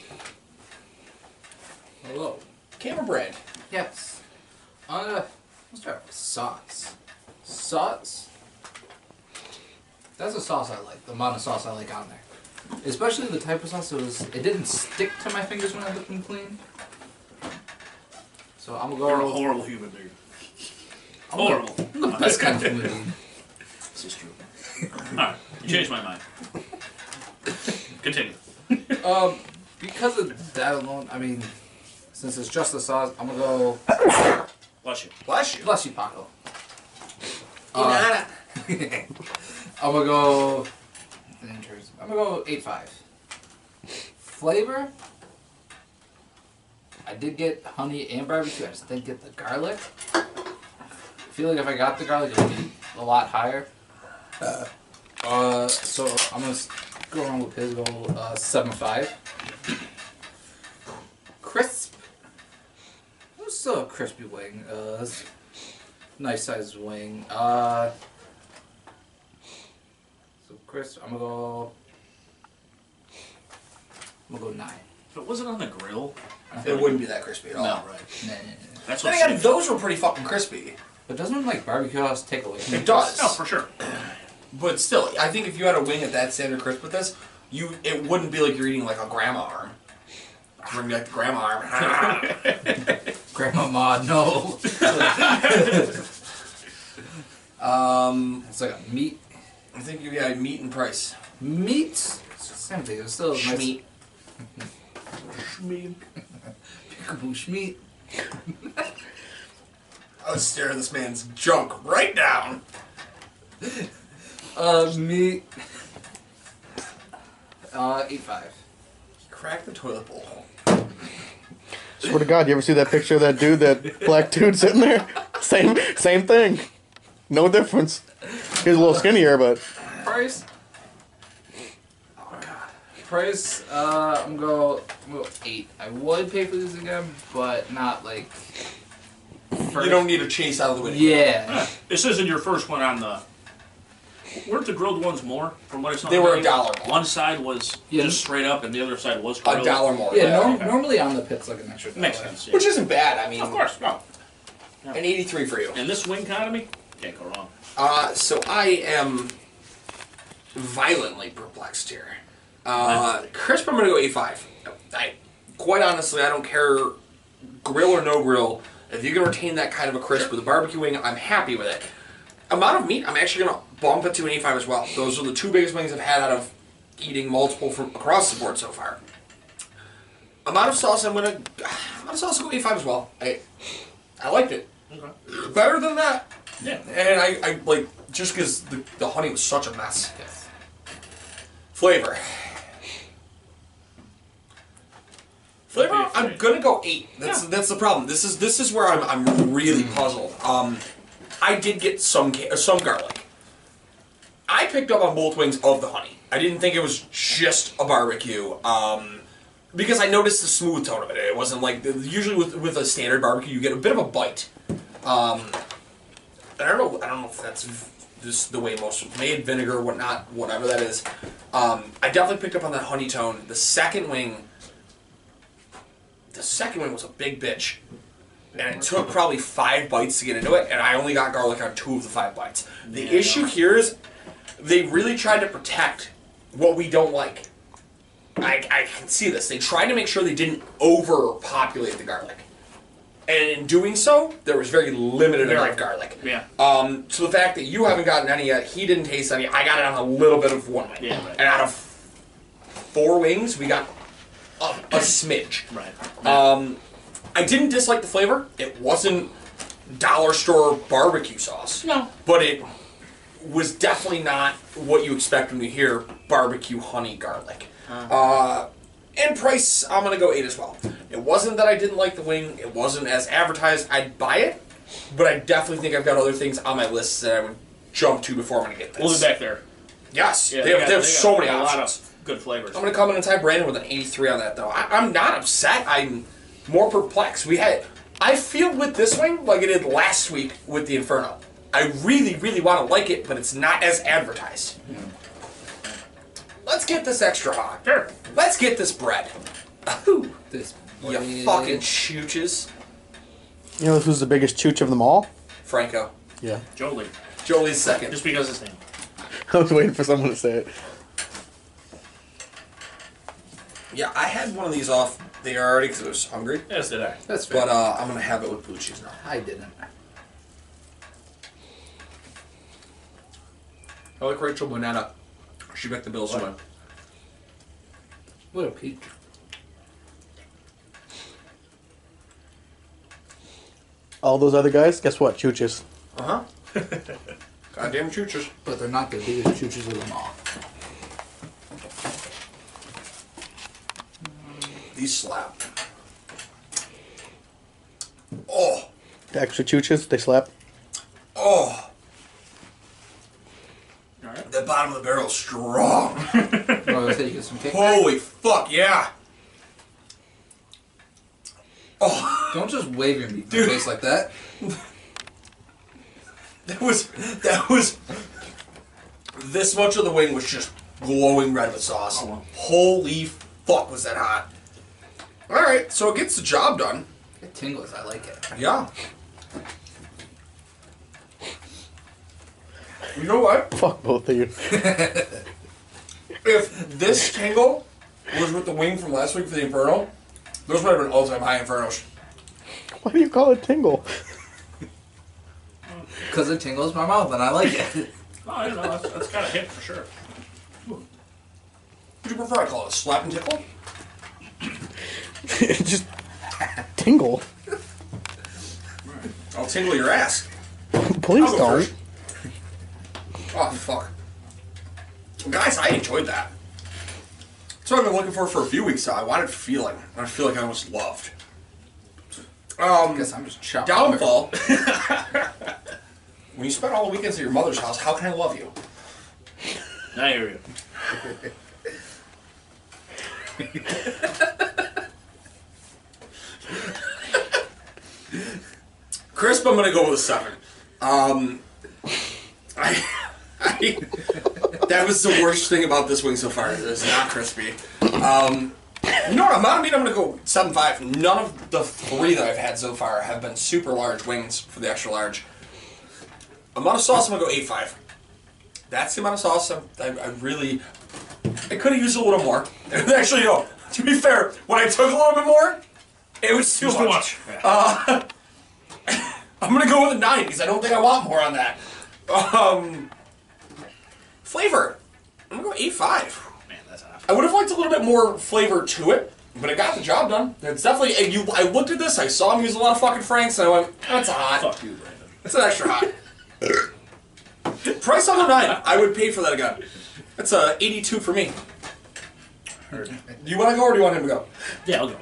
D: Hello.
C: Camera bread.
D: Yes. Uh, let's try it with sauce. Sauce. That's a sauce I like. The amount of sauce I like on there, especially the type of sauce. It was. It didn't stick to my fingers when I licked them clean. So I'm gonna
B: You're a
D: go.
B: horrible human being. Horrible.
D: I'm the best kind of movie.
B: This is true. Alright, you changed my mind. Continue.
D: Um, because of that alone, I mean, since it's just the sauce, I'm gonna go.
B: Bless you.
C: Bless you.
D: Bless you, Paco.
C: Inanna.
D: I'm gonna go. I'm gonna go eight five. Flavor. I did get honey and barbecue. I just didn't get the garlic. I feel like if I got the garlic, it would be a lot higher. Uh, so I'm gonna s- go along with his goal. Uh, seven five. Crisp. It was still a crispy wing. Uh, it's a nice sized wing. Uh. So Chris, I'm gonna go. I'm gonna go nine.
B: If it wasn't on the grill,
C: It wouldn't be that crispy at all.
B: right.
D: Nah, nah, nah.
B: That's
C: Then
B: what
C: again,
B: I'm saying.
C: those were pretty fucking crispy.
D: But doesn't like barbecue sauce take away? From
C: It does.
B: No, for sure.
C: But still, I think if you had a wing at that standard crisp with this, you it wouldn't be like you're eating like a grandma arm. It's gonna be like the grandma arm.
D: Grandma, Ma, no.
C: um,
D: it's like a meat.
C: I think you had meat and price.
D: Meat. It's the same thing. It's still a nice.
C: Schmeat.
D: Peekaboo schmeat.
C: I was staring this man's junk right down.
D: Uh, meat. Uh, eight five.
C: Crack the toilet bowl.
E: Swear to God, you ever see that picture of that dude, that black dude sitting there? Same, same thing. No difference. He's a little skinnier, but
D: Price. Oh, Price, uh, I'm go, I'm go eight. I would pay for these again, but not like. First.
C: You don't need a chase out of the way. to get
D: Yeah.
B: This isn't your first one on the. Weren't the grilled ones more? From what I saw,
C: They were a dollar more.
B: One side was
D: Yeah.
B: just straight up, and the other side was
C: A
B: grilled.
C: dollar more.
D: Yeah, nor-
B: okay.
D: normally on the pit's like an extra dollar.
B: Makes sense. yeah.
C: Which isn't bad. I mean,
B: of course, no.
C: an 83 for you.
B: And this wing economy can't go wrong.
C: Uh, so I am violently perplexed here. Uh, crisp, I'm gonna go A5. I, quite honestly, I don't care, grill or no grill. If you can retain that kind of a crisp with a barbecue wing, I'm happy with it. Amount of meat, I'm actually gonna bump it to an A5 as well. Those are the two biggest wings I've had out of eating multiple from across the board so far. Amount of sauce, I'm gonna. Amount of sauce, I'll go A5 as well. I, I liked it. Better than that.
B: Yeah.
C: And I, I like just because the, the honey was such a mess.
D: Yes.
C: Flavor. Flavor.
B: Be afraid.
C: I'm gonna go eight. That's that's the problem. This is this is where I'm I'm really puzzled. Um, I did get some ca- uh, some garlic. I picked up on both wings of the honey. I didn't think it was just a barbecue. Um, because I noticed the smooth tone of it. It wasn't like usually with with a standard barbecue you get a bit of a bite. I don't know. I don't know if that's v- just the way most made vinegar, whatnot, whatever that is. Um, I definitely picked up on that honey tone. The second wing, the second wing was a big bitch, and it took probably five bites to get into it, and I only got garlic on two of the five bites. The issue here is they really tried to protect what we don't like. I, I can see this. They tried to make sure they didn't overpopulate the garlic. And in doing so, there was very limited amount of garlic.
B: Yeah.
C: Um, so the fact that you haven't gotten any yet, he didn't taste any. I got it on a little bit of one wing.
B: Yeah, right.
C: And out of four wings, we got a, a smidge.
B: Right.
C: Um, I didn't dislike the flavor. It wasn't dollar store barbecue sauce.
B: No.
C: But it was definitely not what you expect when you hear barbecue honey garlic. Uh, and price, I'm gonna go eight as well. It wasn't that I didn't like the wing. It wasn't as advertised. I'd buy it, but I definitely think I've got other things on my list that I would jump to before I'm gonna get this.
B: We'll be back there.
C: Yes,
B: Yeah,
C: they, have,
B: got-
C: they have
B: got
C: so many
B: a
C: options.
B: lot of good flavors.
C: I'm gonna come in and tie Brandon with an 83 on that though. I, I'm not upset. I'm more perplexed. We had I feel with this wing like I did last week with the Inferno. I really, really want to like it, but it's not as advertised. Let's get this extra hot.
B: Sure.
C: Let's get this bread. Ooh,
D: This
C: you fucking chooches,
E: You know who's the biggest chooch of them all?
C: Franco.
E: Yeah.
B: Jolie.
C: Jolie's second.
B: Just because his name.
E: I was waiting for someone to say it.
C: Yeah, I had one of these off the already because I was hungry,
B: As did I.
D: That's fair.
C: but uh, I'm gonna have it with blue cheese now.
D: I didn't.
C: I like Rachel Bonetta. She bet the Bills to win.
D: What a peach.
E: All those other guys, guess what? Chooches.
C: Uh huh. Goddamn choochers.
D: But they're not the biggest chooches of them all.
C: These slap. Oh,
E: The extra chooches, they slap.
C: oh,
B: All right.
C: the bottom of the barrel's strong.
D: Oh, I say you get some kick.
C: Holy fuck, yeah.
D: Don't just wave your meat in my face like that.
C: That was, that was, this much of the wing was just glowing red with sauce. Holy fuck, was that hot. Alright, so it gets the job done.
D: It tingles. I like it.
C: Yeah. You know what?
E: Fuck both of you.
C: if this tingle was with the wing from last week for the Inferno, those might have been all time high Infernos.
E: Why do you call it tingle?
D: Because it tingles my mouth and I like it.
B: Oh, I don't know. That's, that's got a hit for sure.
C: Would you prefer I call it slap and tickle?
E: it just tingle.
C: I'll tingle your ass.
E: Please
C: I'll go
E: don't.
C: first. Oh, fuck. Guys, I enjoyed that. That's what I've been looking for for a few weeks now. I wanted feeling. I feel like I almost loved.
D: I guess I'm just chopping.
C: Downfall. when you spend all the weekends at your mother's house, how can I love you?
B: I hear you.
C: Crisp, I'm gonna go with a seven. Um, I, I, that was the worst thing about this wing so far. It was not crispy. Um, no, I'm not. I mean, I'm gonna go seven five. None of the three that I've had so far have been super large wings for the extra large. Amount of sauce, I'm gonna go eight five. That's the amount of sauce I'm, I, I really. I could have used a little more. Actually, no. To be fair, when I took a little bit more, it was too
B: Just to
C: much.
B: watch.
C: Uh, I'm gonna go with a nine because I don't think I want more on that. Um, flavor. I'm gonna go eight five.
B: Man, that's enough.
C: I would have liked a little bit more flavor to it, but it got the job done. It's definitely. and You, I looked at this. I saw him use a lot of fucking franks, and I went, "That's hot.
B: Fuck you, Brandon.
C: It's an extra hot." Price on the nine. I would pay for that again. That's a eighty-two for me. Do you want to go or do you want him to go?
B: Yeah, I'll go.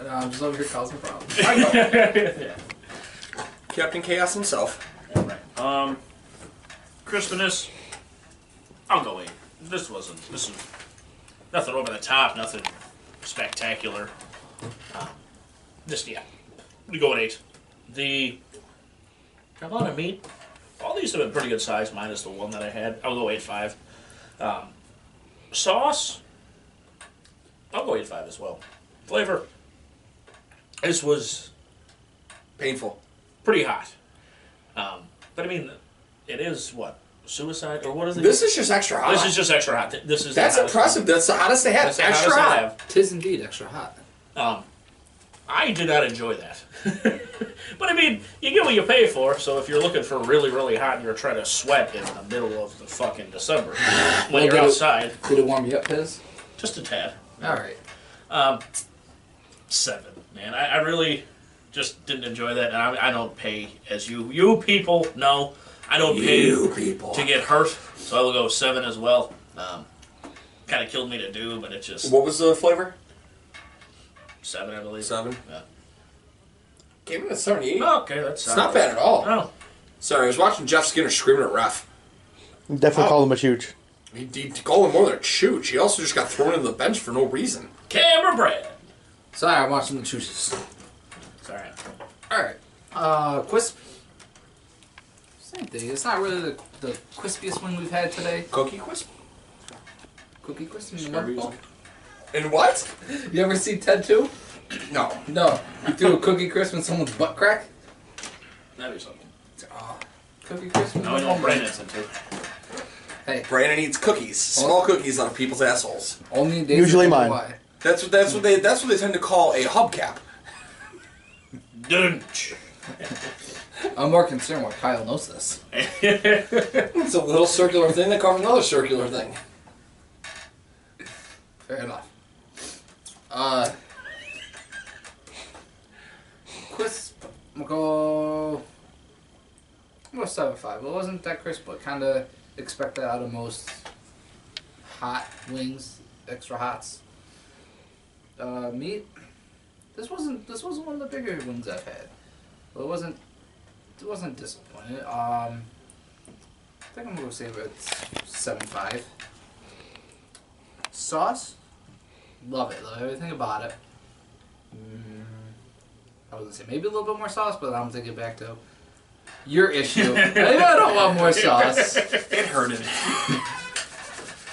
D: No, I'm just over here causing problems.
C: I go. Captain Chaos himself.
B: All right. Um, crispiness. I'll go eight. This wasn't. This is nothing over the top. Nothing spectacular. Uh, just yeah. We go an eight. The amount of meat. All these have been pretty good size, minus the one that I had. I'll go eight five. Um, sauce. I'll go eight five as well. Flavor. This was
C: Painful.
B: pretty hot. Um, but I mean, it is what suicide or what is it?
C: This is just extra hot.
B: This is just extra hot. Th- This is the
C: That's
B: hottest
C: impressive. That's the hottest they have.
B: That's the
C: extra
B: hottest I
C: hot.
B: have.
D: Tis indeed extra hot.
B: Um, I did not enjoy that. but I mean, you get what you pay for. So if you're looking for really, really hot and you're trying to sweat in the middle of the fucking December when you're
D: did it-
B: outside,
D: Did it warm you up, Piz?
B: just a tad.
D: All right.
B: seven, man. I, I really just didn't enjoy that, and I, I don't pay as you you people know. I don't pay
C: people.
B: to get hurt, so I will go seven as well. Um, kind of killed me to do, but it just
C: What was the flavor?
B: seven, I believe.
C: Seven.
B: Yeah.
F: Came in at 78.
B: Oh, okay, that's Oh,
F: It's not bad at all.
B: No,
C: Sorry, I was watching Jeff Skinner screaming at ref.
E: Definitely call him a chooch.
C: He, he called him more than a chooch. He also just got thrown into the bench for no reason.
B: camera bread.
D: Sorry, I'm watching the chooses.
B: It's all right.
D: All right. Uh, Quisp. Same thing. It's not really the, the crispiest one we've had today.
C: Cookie crisp.
D: Cookie crisp. and
C: Scrubbies.
D: waffle.
C: And what?
D: You ever see Ted 2?
C: No.
D: No. You threw a cookie crisp in someone's butt crack?
B: That'd be something.
D: Cookie crisp?
B: No, we don't brand it into.
D: Hey,
C: Brandon eats cookies, small cookies on people's assholes.
D: only days
E: Usually
D: of
E: mine.
D: July.
C: That's what that's what they that's what they tend to call a hubcap.
B: Dunch.
D: I'm more concerned why Kyle knows this.
F: It's a little circular thing that covers another circular thing.
D: Fair enough. Uh, crisp. I'm gonna go. I'm gonna go seven five. It wasn't that crisp, but kind of expect that out of most hot wings, extra hots. Uh, meat. This wasn't. This wasn't one of the bigger wings I've had. But it wasn't. It wasn't disappointed. Um, I think I'm gonna say it's seven five. Sauce, love it. Love everything about it. Mm, I was gonna say maybe a little bit more sauce, but I'm thinking back to your issue. I know I don't want more sauce.
C: It hurted.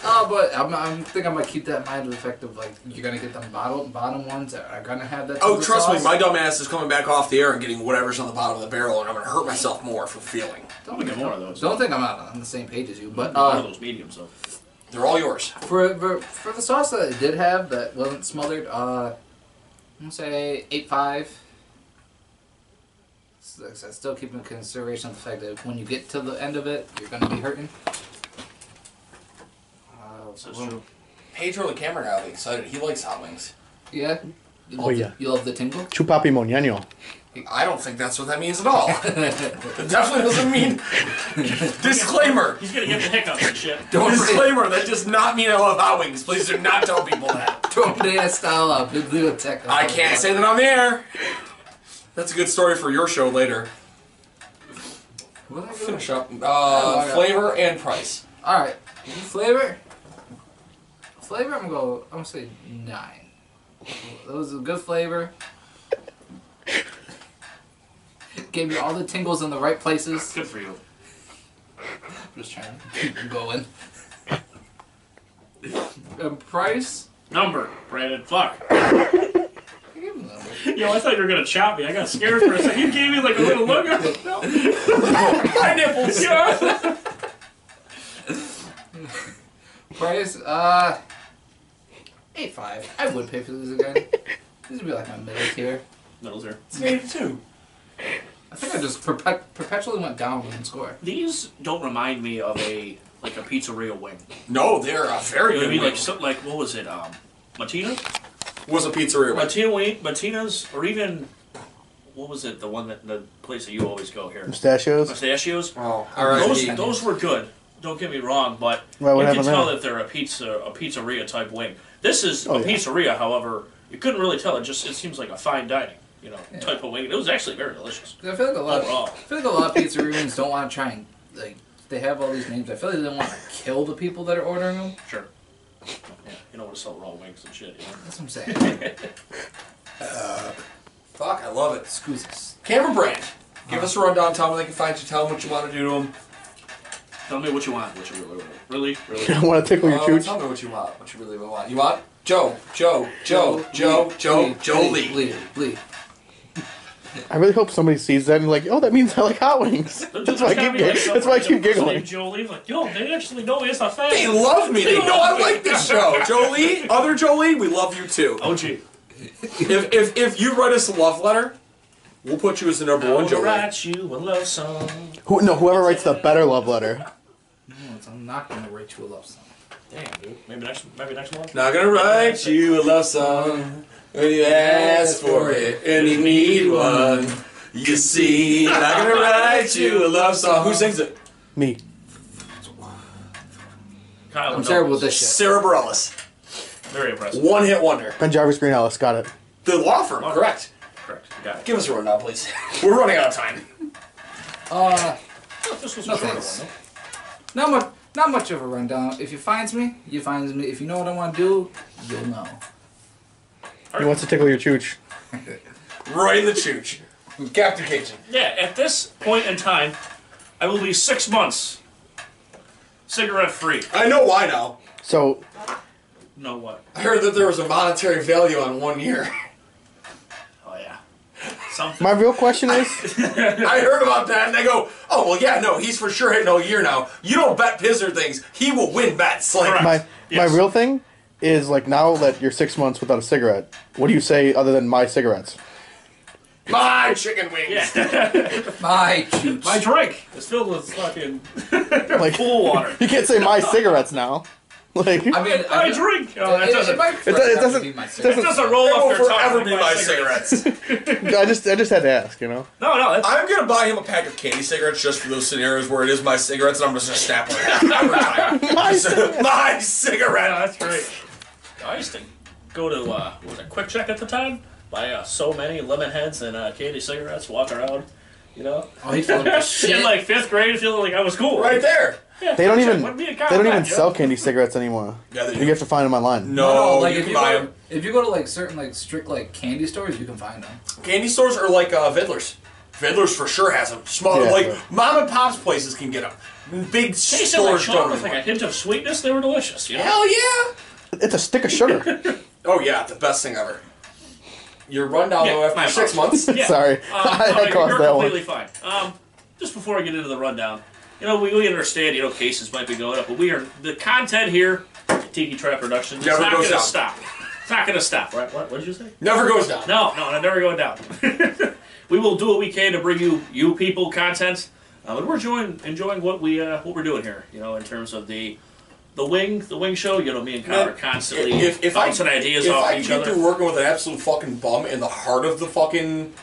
D: Oh, but I'm, I'm think I'm gonna keep that in mind of the fact of like you're gonna get the bottom bottom ones that are gonna have that.
C: Oh,
D: type of
C: trust me,
D: sauce.
C: my dumb ass is coming back off the air and getting whatever's on the bottom of the barrel, and I'm gonna hurt myself more for feeling.
B: Don't look at more of those.
D: Don't think I'm not on the same page as you, but
B: One of
D: uh,
B: those mediums though.
C: They're all yours.
D: for, for for the sauce that I did have that wasn't smothered, uh, I'm gonna say eight five. So, like I said, still keeping in consideration the fact that when you get to the end of it, you're gonna be hurting. Uh,
B: That's
D: well,
B: true.
C: Pedro the camera guy is excited. He likes hot wings.
D: Yeah. You
E: Oh,
D: love the-
E: yeah.
D: you love the tingle.
E: Chupapi moñano.
C: I don't think that's what that means at all. it definitely doesn't mean. Disclaimer.
B: He's gonna get the hiccups and shit.
D: Don't forget,
C: Disclaimer. That does not mean I love hot wings. Please do not tell people that.
D: don't play that style of biblioteca.
C: I can't say that on the air. That's a good story for your show later.
D: What am I doing?
C: Finish up.
D: Oh,
C: Uh, flavor and price.
D: All right, flavor. Flavor, I'm gonna go. I'm gonna say nine. That was a good flavor. Gave me all the tingles in the right places.
B: Good for you.
D: I'm just trying to keep them going. And price.
B: Number, Brandon. Fuck.
D: I gave him that one.
B: Yo, I thought you were gonna chop me. I got scared for a second. You gave me like a little look. I was like, No. My nipples. Yeah.
D: Price. Uh, eight five. I would pay for these again. These would be like my middle tier.
B: Middles are.
D: I think I just perpet- perpetually went down in score.
B: These don't remind me of a like a pizzeria wing.
C: No, they're a very
B: You know what I
C: good.
B: mean?
C: wing.
B: Like something like what was it? Um, Martina,
C: was a pizzeria. wing.
B: Martina wing, Martina's, or even what was it? The one that the place that you always go here.
E: Mustachios.
B: Pistachios.
C: Oh, all right.
B: Those those were good. Don't get me wrong, but
E: Right, what
B: you can
E: happened
B: tell
E: there?
B: that they're a pizza a pizzeria type wing. This is
E: Oh,
B: a
E: yeah.
B: pizzeria, however, you couldn't really tell. It just it seems like a fine dining, you know, type of wing. It was actually very delicious.
D: I feel like a lot.
C: Oh,
B: Overall.
D: I feel like a lot of pizzeria rooms don't want to try and like they have all these names. I feel like they don't want to kill the people that are ordering them.
B: Sure. Yeah, you don't want to sell raw wings and shit. You know?
D: That's what I'm saying.
C: Fuck, I love it.
D: Excuse us.
C: Cameron Brand, give us a rundown. Tell them where they can find you. Tell them what you want to do to them.
B: Tell me what you want. What you really, really, really.
E: I want to tickle your
C: Uh,
E: chooch.
C: tell me what you want. What you really want. You want Joe, Joe, Joe, Oh, Joe, Joe, Joe Lee.
D: Lee, Lee.
E: I really hope somebody sees that and like, oh, that means I like hot wings. That's why I keep. Gig- that's why I keep giggling.
B: Jolie, like, yo, they actually know it's a fan.
C: They love me. They know I like this show. Jolie, other Jolie, we love you too.
B: Oh, gee.
C: If if if you write us a love letter, we'll put you as the number one
B: I'll
C: Jolie.
B: write you a love song.
E: Who, no, whoever writes the better love letter.
D: No, it's- I'm not gonna write you a love song.
B: Damn, dude. Maybe next, maybe next month.
C: Not gonna write you a love song when you ask for it and you need one. You see, not gonna write you a love song. Who sings it?
E: Me.
C: Oh,
B: Kyle
D: I'm
B: Minogue
D: terrible
B: is
D: with this shit.
C: Cerebrellus.
B: Very impressive.
C: One hit wonder.
E: Penjavis Greenhouse, got it.
C: The law firm.
F: Correct.
B: Correct. You Got it.
C: Give us a rundown, please. We're running out of time.
D: Uh,
B: This was
D: no thanks. Not much. Not much of a rundown. If you finds me, you finds me. If you know what I want to do, you'll know.
E: He wants to tickle your chooch.
C: Right in the chooch.
F: Captain Cajun.
B: Yeah, at this point in time, I will be six months cigarette free.
C: I know why now.
E: So,
B: No what?
C: I heard that there was a monetary value on one year.
B: Oh yeah. Something.
E: my real question is
C: I heard about that and I go, oh, well, yeah, no, he's for sure hitting all year now. You don't bet Pizzer things. He will win bets. Like,
B: Correct.
E: my,
B: Yes.
E: my real thing is like now that you're six months without a cigarette, what do you say other than my cigarettes?
C: my chicken wings.
B: yeah.
D: My chooch.
B: My drink is filled with fucking
E: Like,
B: pool water.
E: you can't say my cigarettes now. Like,
D: I mean, I,
B: I drink. Oh, that
D: It, it,
B: doesn't.
D: it
B: It
D: might forever have to
E: doesn't-
D: be my
E: doesn't-
B: doesn't roll
C: I
B: off
C: will
B: their tongue
C: forever
B: like
C: be my cigarettes.
E: I just I just had to ask, you know.
B: No, no, that's
C: I'm gonna buy him a pack of candy cigarettes just for those scenarios where it is my cigarettes and I'm just gonna snap one. I'm retired.
E: My
C: Just,
E: cigarettes.
C: my
B: Yeah,
C: cigarette.
B: that's great. I used to go to uh, what was it Quick Check at the time? Buy uh, so many lemon heads and uh, candy cigarettes, walk around, you know.
D: Oh, he felt like
B: In
D: shit.
B: like fifth grade, feeling like I was cool.
C: Right there.
E: They don't even
B: Wouldn't be a
E: they
B: cop
E: don't even
B: back, yo.
E: sell candy cigarettes anymore.
C: Yeah, they do.
E: You have to find them online.
C: No,
D: no, like
C: Oh, you
D: if
C: can
D: you,
C: buy
D: go,
C: them.
D: if you go to like certain like strict like candy stores, you can find them.
C: Candy stores are like uh, Vidlers. Vidlers for sure has them. Smaller,
E: Yeah,
C: like
E: but-
C: mom and pop's places can get them. Big
B: Tasted like
C: stores
B: chocolate
C: don't.
B: with like a
C: anymore.
B: hint of sweetness. They were delicious. You know? Um,
C: Hell yeah!
E: It's a stick of sugar.
C: Oh yeah, the best thing ever.
F: Your rundown
B: Yeah,
F: though after
B: my
F: six months.
B: Yeah.
E: Sorry,
C: Um,
E: I, I
B: no,
E: caused
B: you're
E: that one.
B: completely fine. Um, just before I get into the rundown, you know, we, we understand, you know, cases might be going up, but we are the content here, at Tiki Trap Productions,
C: Never
B: it's not going
C: goes
B: to
C: down.
B: stop. It's not going to stop, right? What, what did you say?
C: Never goes down.
B: No, no, I'm never going down. we will do what we can to bring you you people content, um, and we're enjoying enjoying what we uh, what we're doing here. You know, in terms of the the wing the wing show. You know, me and Kyle
C: Man,
B: are constantly
C: If, if I
B: bouncing ideas
C: if
B: off
C: I
B: each
C: get
B: other.
C: through working with an absolute fucking bum in the heart of the fucking,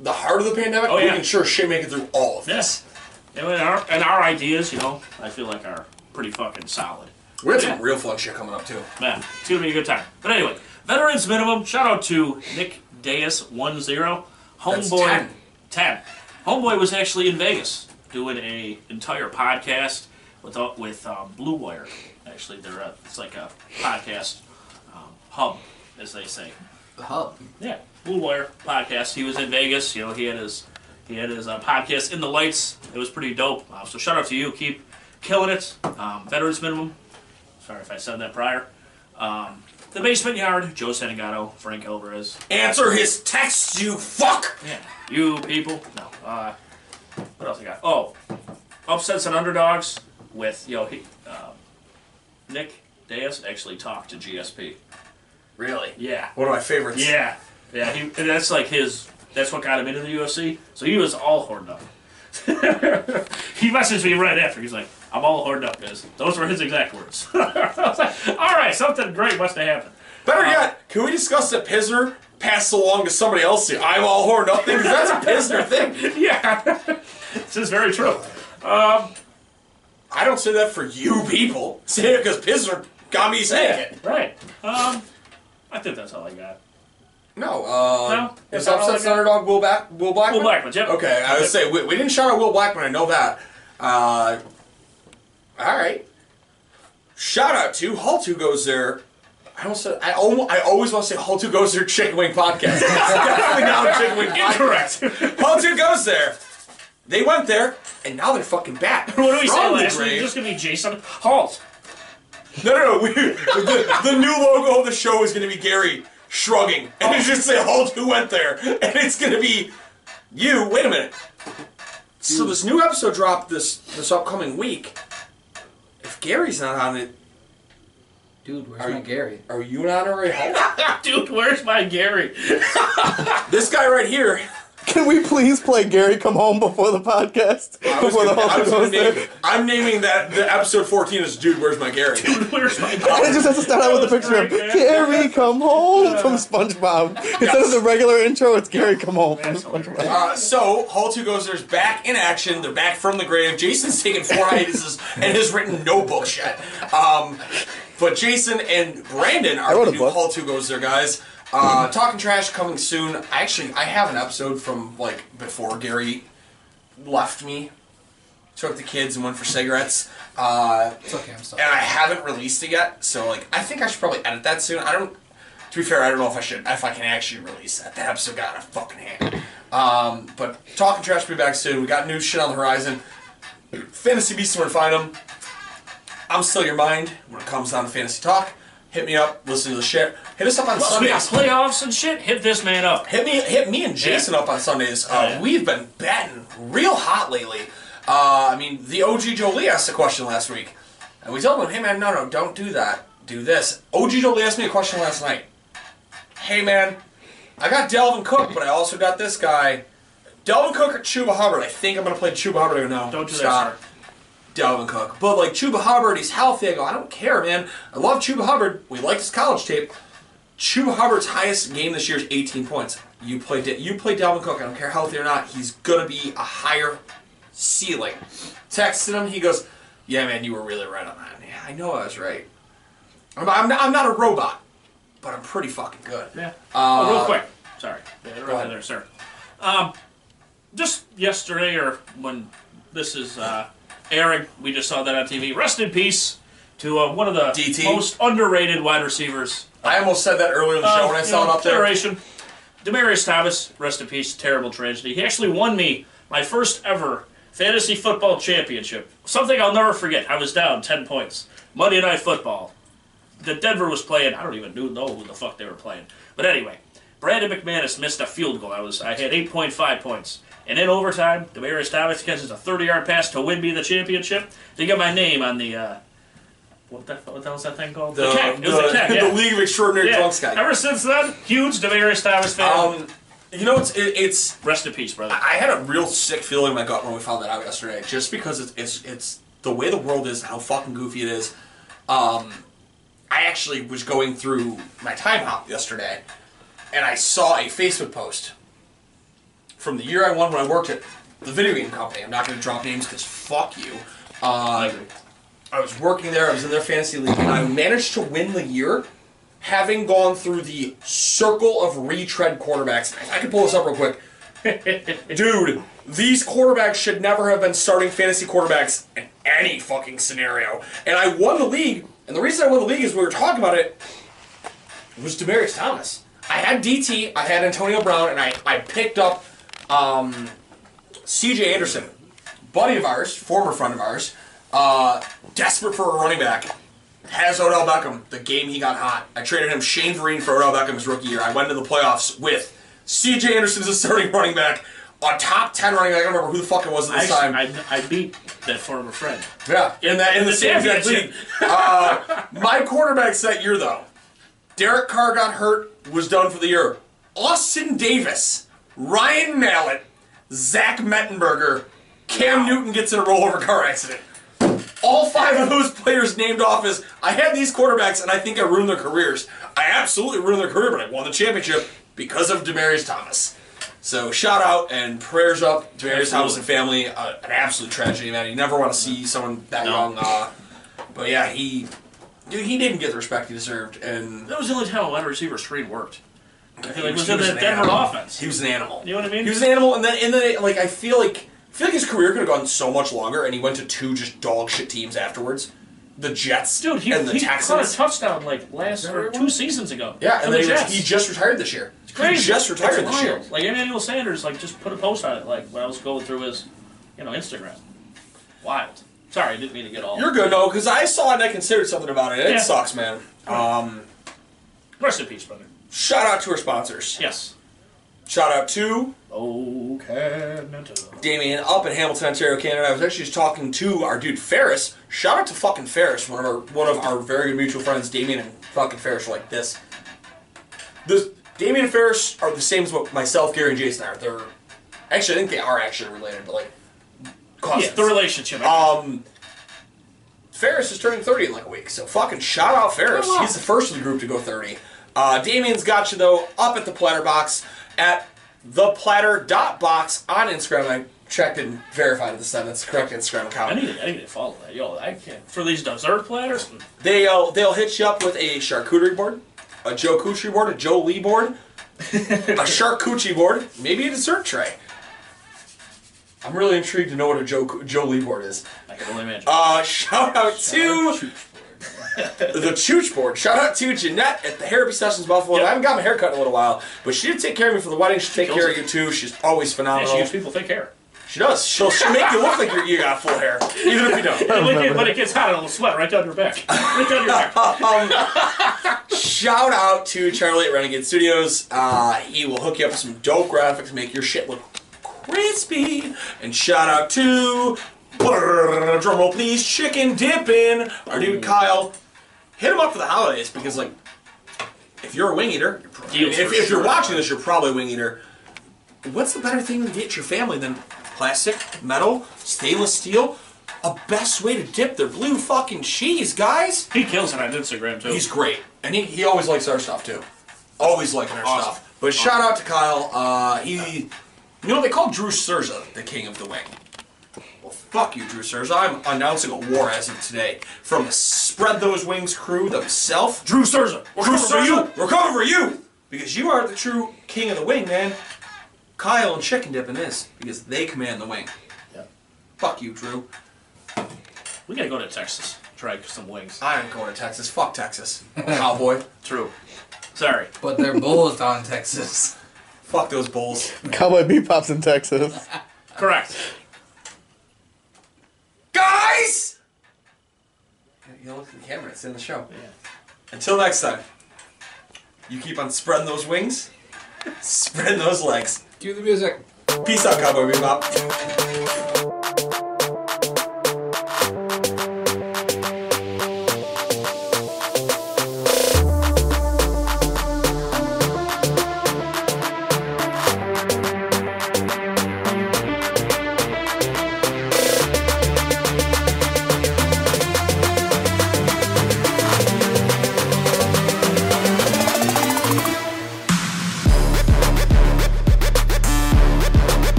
C: the heart of the pandemic,
B: Oh,
C: we
B: yeah.
C: can sure shit make it through all of this.
B: Yes, and our and our ideas, you know, I feel like are pretty fucking solid.
C: We have some real fun shit coming up too.
B: Man, it's gonna be a good time. But anyway, veterans minimum. Shout out to Nick Deus one zero.
C: That's
B: Homeboy
C: 10.
B: ten. Homeboy was actually in Vegas doing a entire podcast with uh, with uh, Blue Wire. Actually, they're a, it's like a podcast um, hub, as they say.
D: The hub.
B: Yeah, Blue Wire podcast. He was in Vegas. You know, he had his he had his uh, podcast in the lights. It was pretty dope. Uh, so shout out to you. Keep killing it. Um, veterans minimum. Sorry if I said that prior. Um, the basement yard. Joe Sanegato, Frank Alvarez.
C: Answer his texts, you fuck.
B: Yeah, you people. No. Uh, what else I got? Oh, upsets and underdogs with yo. He, um, Nick Deus actually talked to GSP.
C: Really?
B: Yeah.
C: One of my favorites.
B: Yeah, yeah. He, and that's like his. That's what got him into the UFC. So he was all horned up. he messaged me right after. He's like, "I'm all horned up, guys." Those were his exact words. I was like, "All right, something great must have happened."
C: Better yet, can we discuss the Pizzer passed along to somebody else? here? I'm all horned up thing 'cause that's a Pizzer thing.
B: Yeah, this is very true.
C: I don't say that for you people. Say it because Pizzer got me saying it.
B: Right. Um, I think that's all I got.
C: No, uh,
B: No?
C: is
B: Is that all I
C: upsets
B: got?
C: underdog Will Back Will Blackman?
B: Will Blackman, yep.
C: Okay, I would say we, we didn't shout out Will Blackman. I know that. Uh, all right. Shout out to Halt Who Goes There. I don't say I, al- I always want to say Halt Who Goes There Chicken Wing Podcast. It's definitely not a Chicken Wing Podcast.
B: Incorrect.
C: Halt Who Goes There. They went there and now they're fucking back.
B: what do we say
C: From the
B: last week?
C: grave.
B: It's just gonna be Jason Halt.
C: No, no, no. We, the, the new logo of the show is going to be Gary shrugging, and it's just say "Halt, who went there?" And it's going to be you. Wait a minute. So this new episode dropped this this upcoming week. If Gary's not on it,
D: Dude, where's
C: Are
D: my
C: you-
D: Gary?
C: are you an honorary Halt?
B: Dude, where's my Gary?
C: this guy right here,
E: Can we please play Gary Come Home before the podcast?
C: I was
E: Before the
C: gonna- I
E: whole
C: was
E: thing
C: gonna
E: goes
C: name,
E: there?
C: I'm naming that the episode 14 is Dude, Where's My Gary?
B: Where's my
E: It just has to start out with a picture of
B: That was
E: Gary Come Home from SpongeBob. Instead of the regular intro, it's Gary Come Home from SpongeBob.
C: Uh, so, Hall 2 Goes There's back in action. They're back from the grave. Jason's taken four hiatuses and has written no book yet. Um, but Jason and Brandon are
E: wrote
C: the
E: a
C: new
E: book.
C: Hall 2 Goes There guys. Uh, Talking Trash coming soon. Actually, I have an episode from, like, before Gary left me. Took the kids and went for cigarettes. Uh,
D: It's okay, I'm sorry.
C: and I haven't released it yet. So like, I think I should probably edit that soon. I don't. To be fair, I don't know if I should if I can actually release that. That episode got a fucking hand. Um, but talking trash will be back soon. We got new shit on the horizon. Fantasy Beasts and where to find them. I'm still your mind when it comes down to fantasy talk. Hit me up. Listen to the shit. Hit us up on
B: So we got
C: Sundays.
B: playoffs and shit. Hit this man up.
C: Hit me, hit me and Jason up on Sundays. Uh,
B: Yeah.
C: We've been batting real hot lately. Uh, I mean, the OG Jolie asked a question last week, and we told him, "Hey man, no, no, don't do that. Do this." OG Jolie asked me a question last night. Hey man, I got Delvin Cook, but I also got this guy, Delvin Cook or Chuba Hubbard. I think I'm gonna play Chuba Hubbard. I go, no,
B: Don't do that,
C: stop.
B: sir.
C: Delvin Cook. But like Chuba Hubbard, he's healthy. I go, I don't care, man. I love Chuba Hubbard. We liked his college tape. Chuba Hubbard's highest game this year is 18 points. You play De- you play Dalvin Cook. I don't care healthy or not. He's gonna be a higher ceiling. Texted him. He goes, "Yeah, man, you were really right on that. Yeah, I know I was right. I'm, I'm, not, I'm not a robot, but I'm pretty fucking good."
B: Yeah. oh, real quick. Sorry. Yeah, right
C: ahead.
B: there, sir. Um, just yesterday, or when this is uh, airing, we just saw that on TV. Rest in peace to uh, one of the
C: DT?
B: most underrated wide receivers.
C: I almost said that earlier in the show when I
B: Uh, you
C: saw
B: know,
C: it up there.
B: Generation. Oh, Demarius Thomas, rest in peace. Terrible tragedy. He actually won me my first ever fantasy football championship. Something I'll never forget. I was down ten points. Monday night football. The Denver was playing. I don't even knew- know who the fuck they were playing. But anyway, Brandon McManus missed a field goal. I was I had eight point five points. And in overtime, Demarius Thomas catches a 30-yard pass to win me the championship. They got my name on the uh, what the what the hell's that thing called?
C: The-
B: the keg. It was
C: the-
B: a keg.
C: the
B: Yeah.
C: League of Extraordinary
B: Yeah.
C: Drunks guy.
B: Ever since then, huge Demarius Thomas fan.
C: Um, you know, it's it, it's
B: Rest in peace, brother.
C: I had a real sick feeling in my gut when we found that out yesterday, just because it's it's, it's the way the world is, and how fucking goofy it is. Um, I actually was going through my time hop yesterday, and I saw a Facebook post from the year I won when I worked at the video game company. I'm not going to drop names because fuck you. Uh, I was working there. I was in their fantasy league, and I managed to win the year. Having gone through the circle of retread quarterbacks, I can pull this up real quick dude, these quarterbacks should never have been starting fantasy quarterbacks in any fucking scenario. And I won the league, and the reason I won the league is we were talking about it was Demarius Thomas. I had DT, I had Antonio Brown, and I, I picked up um, CJ Anderson, buddy of ours, former friend of ours, uh, desperate for a running back. Has Odell Beckham the game he got hot? I traded him Shane Vereen for Odell Beckham his rookie year. I went into the playoffs with C.J. Anderson as a starting running back, a top ten running back. I don't remember who the fuck it was at
B: I,
C: this time.
B: I, I beat that former friend.
C: Yeah, in that in the same exact
B: championship.
C: league. Uh, my quarterbacks that year though, Derek Carr got hurt, was done for the year. Austin Davis, Ryan Mallett, Zach Mettenberger, Cam Newton gets in a rollover car accident. All five of those players named off as I had these quarterbacks, and I think I ruined their careers. I absolutely ruined their career, but I won the championship because of Demarius Thomas. So shout out and prayers up to Demarius Thomas and family. Uh, an absolute tragedy, man. You never want to see someone that young. Uh, but yeah, he, dude, he didn't get the respect he deserved, and
B: That was the only time a wide receiver screen worked. I feel like it was
C: he
B: in
C: was
B: the
C: an
B: Denver
C: animal.
B: offense.
C: He was an animal.
B: You know what I mean?
C: He was an animal, and then and then like I feel like I feel like his career could have gone so much longer, and he went to two just dog shit teams afterwards, the Jets
B: Dude, he,
C: and the
B: he caught a
C: Texans.
B: touchdon like last or two seasons ago.
C: yeah,
B: for
C: and
B: the
C: then he,
B: Jets.
C: was, he just retired this year.
B: Crazy.
C: He just
B: It's
C: retired this year.
B: wild. Like Emmanuel Sanders, like just put a post on it. Like when I was going through his, you know, Instagram. Wild. Sorry, I didn't mean to get all.
C: You're good, no, because I saw it and I considered something about it. It
B: Yeah.
C: sucks, man. Um,
B: Rest in peace, brother.
C: shout out to our sponsors.
B: Yes.
C: Shout out to
B: Oh, Canada.
C: Damien up in Hamilton, Ontario, Canada. I was actually just talking to our dude Ferris. Shout out to fucking Ferris, one of our one of our very good mutual friends. Damien and fucking Ferris are like this. This Damien and Ferris are the same as what myself, Gary, and Jason are. They're Actually, I think they are actually related, but like
B: Yeah,
C: cousins.
B: the relationship.
C: Um, Ferris is turning 30 in like a week, so fucking shout out Ferris.
B: Wow.
C: He's the first in the group to go 30. Uh, Damien's got you, though, up at the platter box at theplatter.box on Instagram. I checked and verified this time. That's the correct Instagram account.
B: I need, to, I need to follow that. Yo, I can't. For these dessert platters? mm.
C: They'll uh, they'll hit you up with a charcuterie board, a Joe Cucci board, a Joe Lee board, a charcuterie board, maybe a dessert tray. I'm really intrigued to know what a Joe Cu- Joe Lee board is.
B: I can only imagine.
C: Uh, shout out to the Chooch board. Shout out to Jeanette at the Therapy Sessions Buffalo.
B: Yep.
C: I haven't got my hair cut in a little while, but she did take care of me for the wedding. She take
B: Kills
C: care
B: it.
C: of you too. She's always
B: yeah,
C: phenomenal.
B: she gives people thick hair.
C: she does. She'll, she'll make you look like you're, you got full hair, even if you don't.
B: But when, it, when it gets hot, it'll sweat right down your back. Right down your back.
C: Um, Shout out to Charlie at Renegade Studios. Uh, he will hook you up with some dope graphics, make your shit look crispy. And shout out to brrr, drum roll please, Chicken Dippin', our dude Kyle. Hit him up for the holidays because like, if you're a wing eater, you're probably-
B: Deals
C: if,
B: for
C: if you're
B: sure.
C: watching this, you're probably a wing eater. What's the better thing to get your family than plastic, metal, stainless steel? A best way to dip their blue fucking cheese, guys.
B: He kills it on Instagram, too.
C: He's great, and he, he always likes our stuff too. Always liking our
B: Awesome.
C: stuff. But shout out to Kyle. Uh, he, you know, they call Drew Serza the king of the wing. Well, fuck you, Drew Serza. I'm announcing a war as of today from the Spread Those Wings crew themselves.
B: Drew Serza. We're
C: Drew
B: coming for you.
C: Serza, we're coming for you because you are the true king of the wing, man. Kyle and Chicken Dippin' is because they command the wing. Fuck you, Drew.
B: We gotta go to Texas. Try some wings.
C: I ain't going to Texas. Fuck Texas, cowboy.
B: True. Sorry.
D: But they're bulls on Texas.
C: Fuck those bulls.
E: Cowboy Bebop's in Texas.
B: Correct.
C: Guys! You look at the camera, it's in the show. Until next time, you keep on spreading those wings, spreading those legs.
D: Cue the music.
C: Peace out, Cowboy Bebop.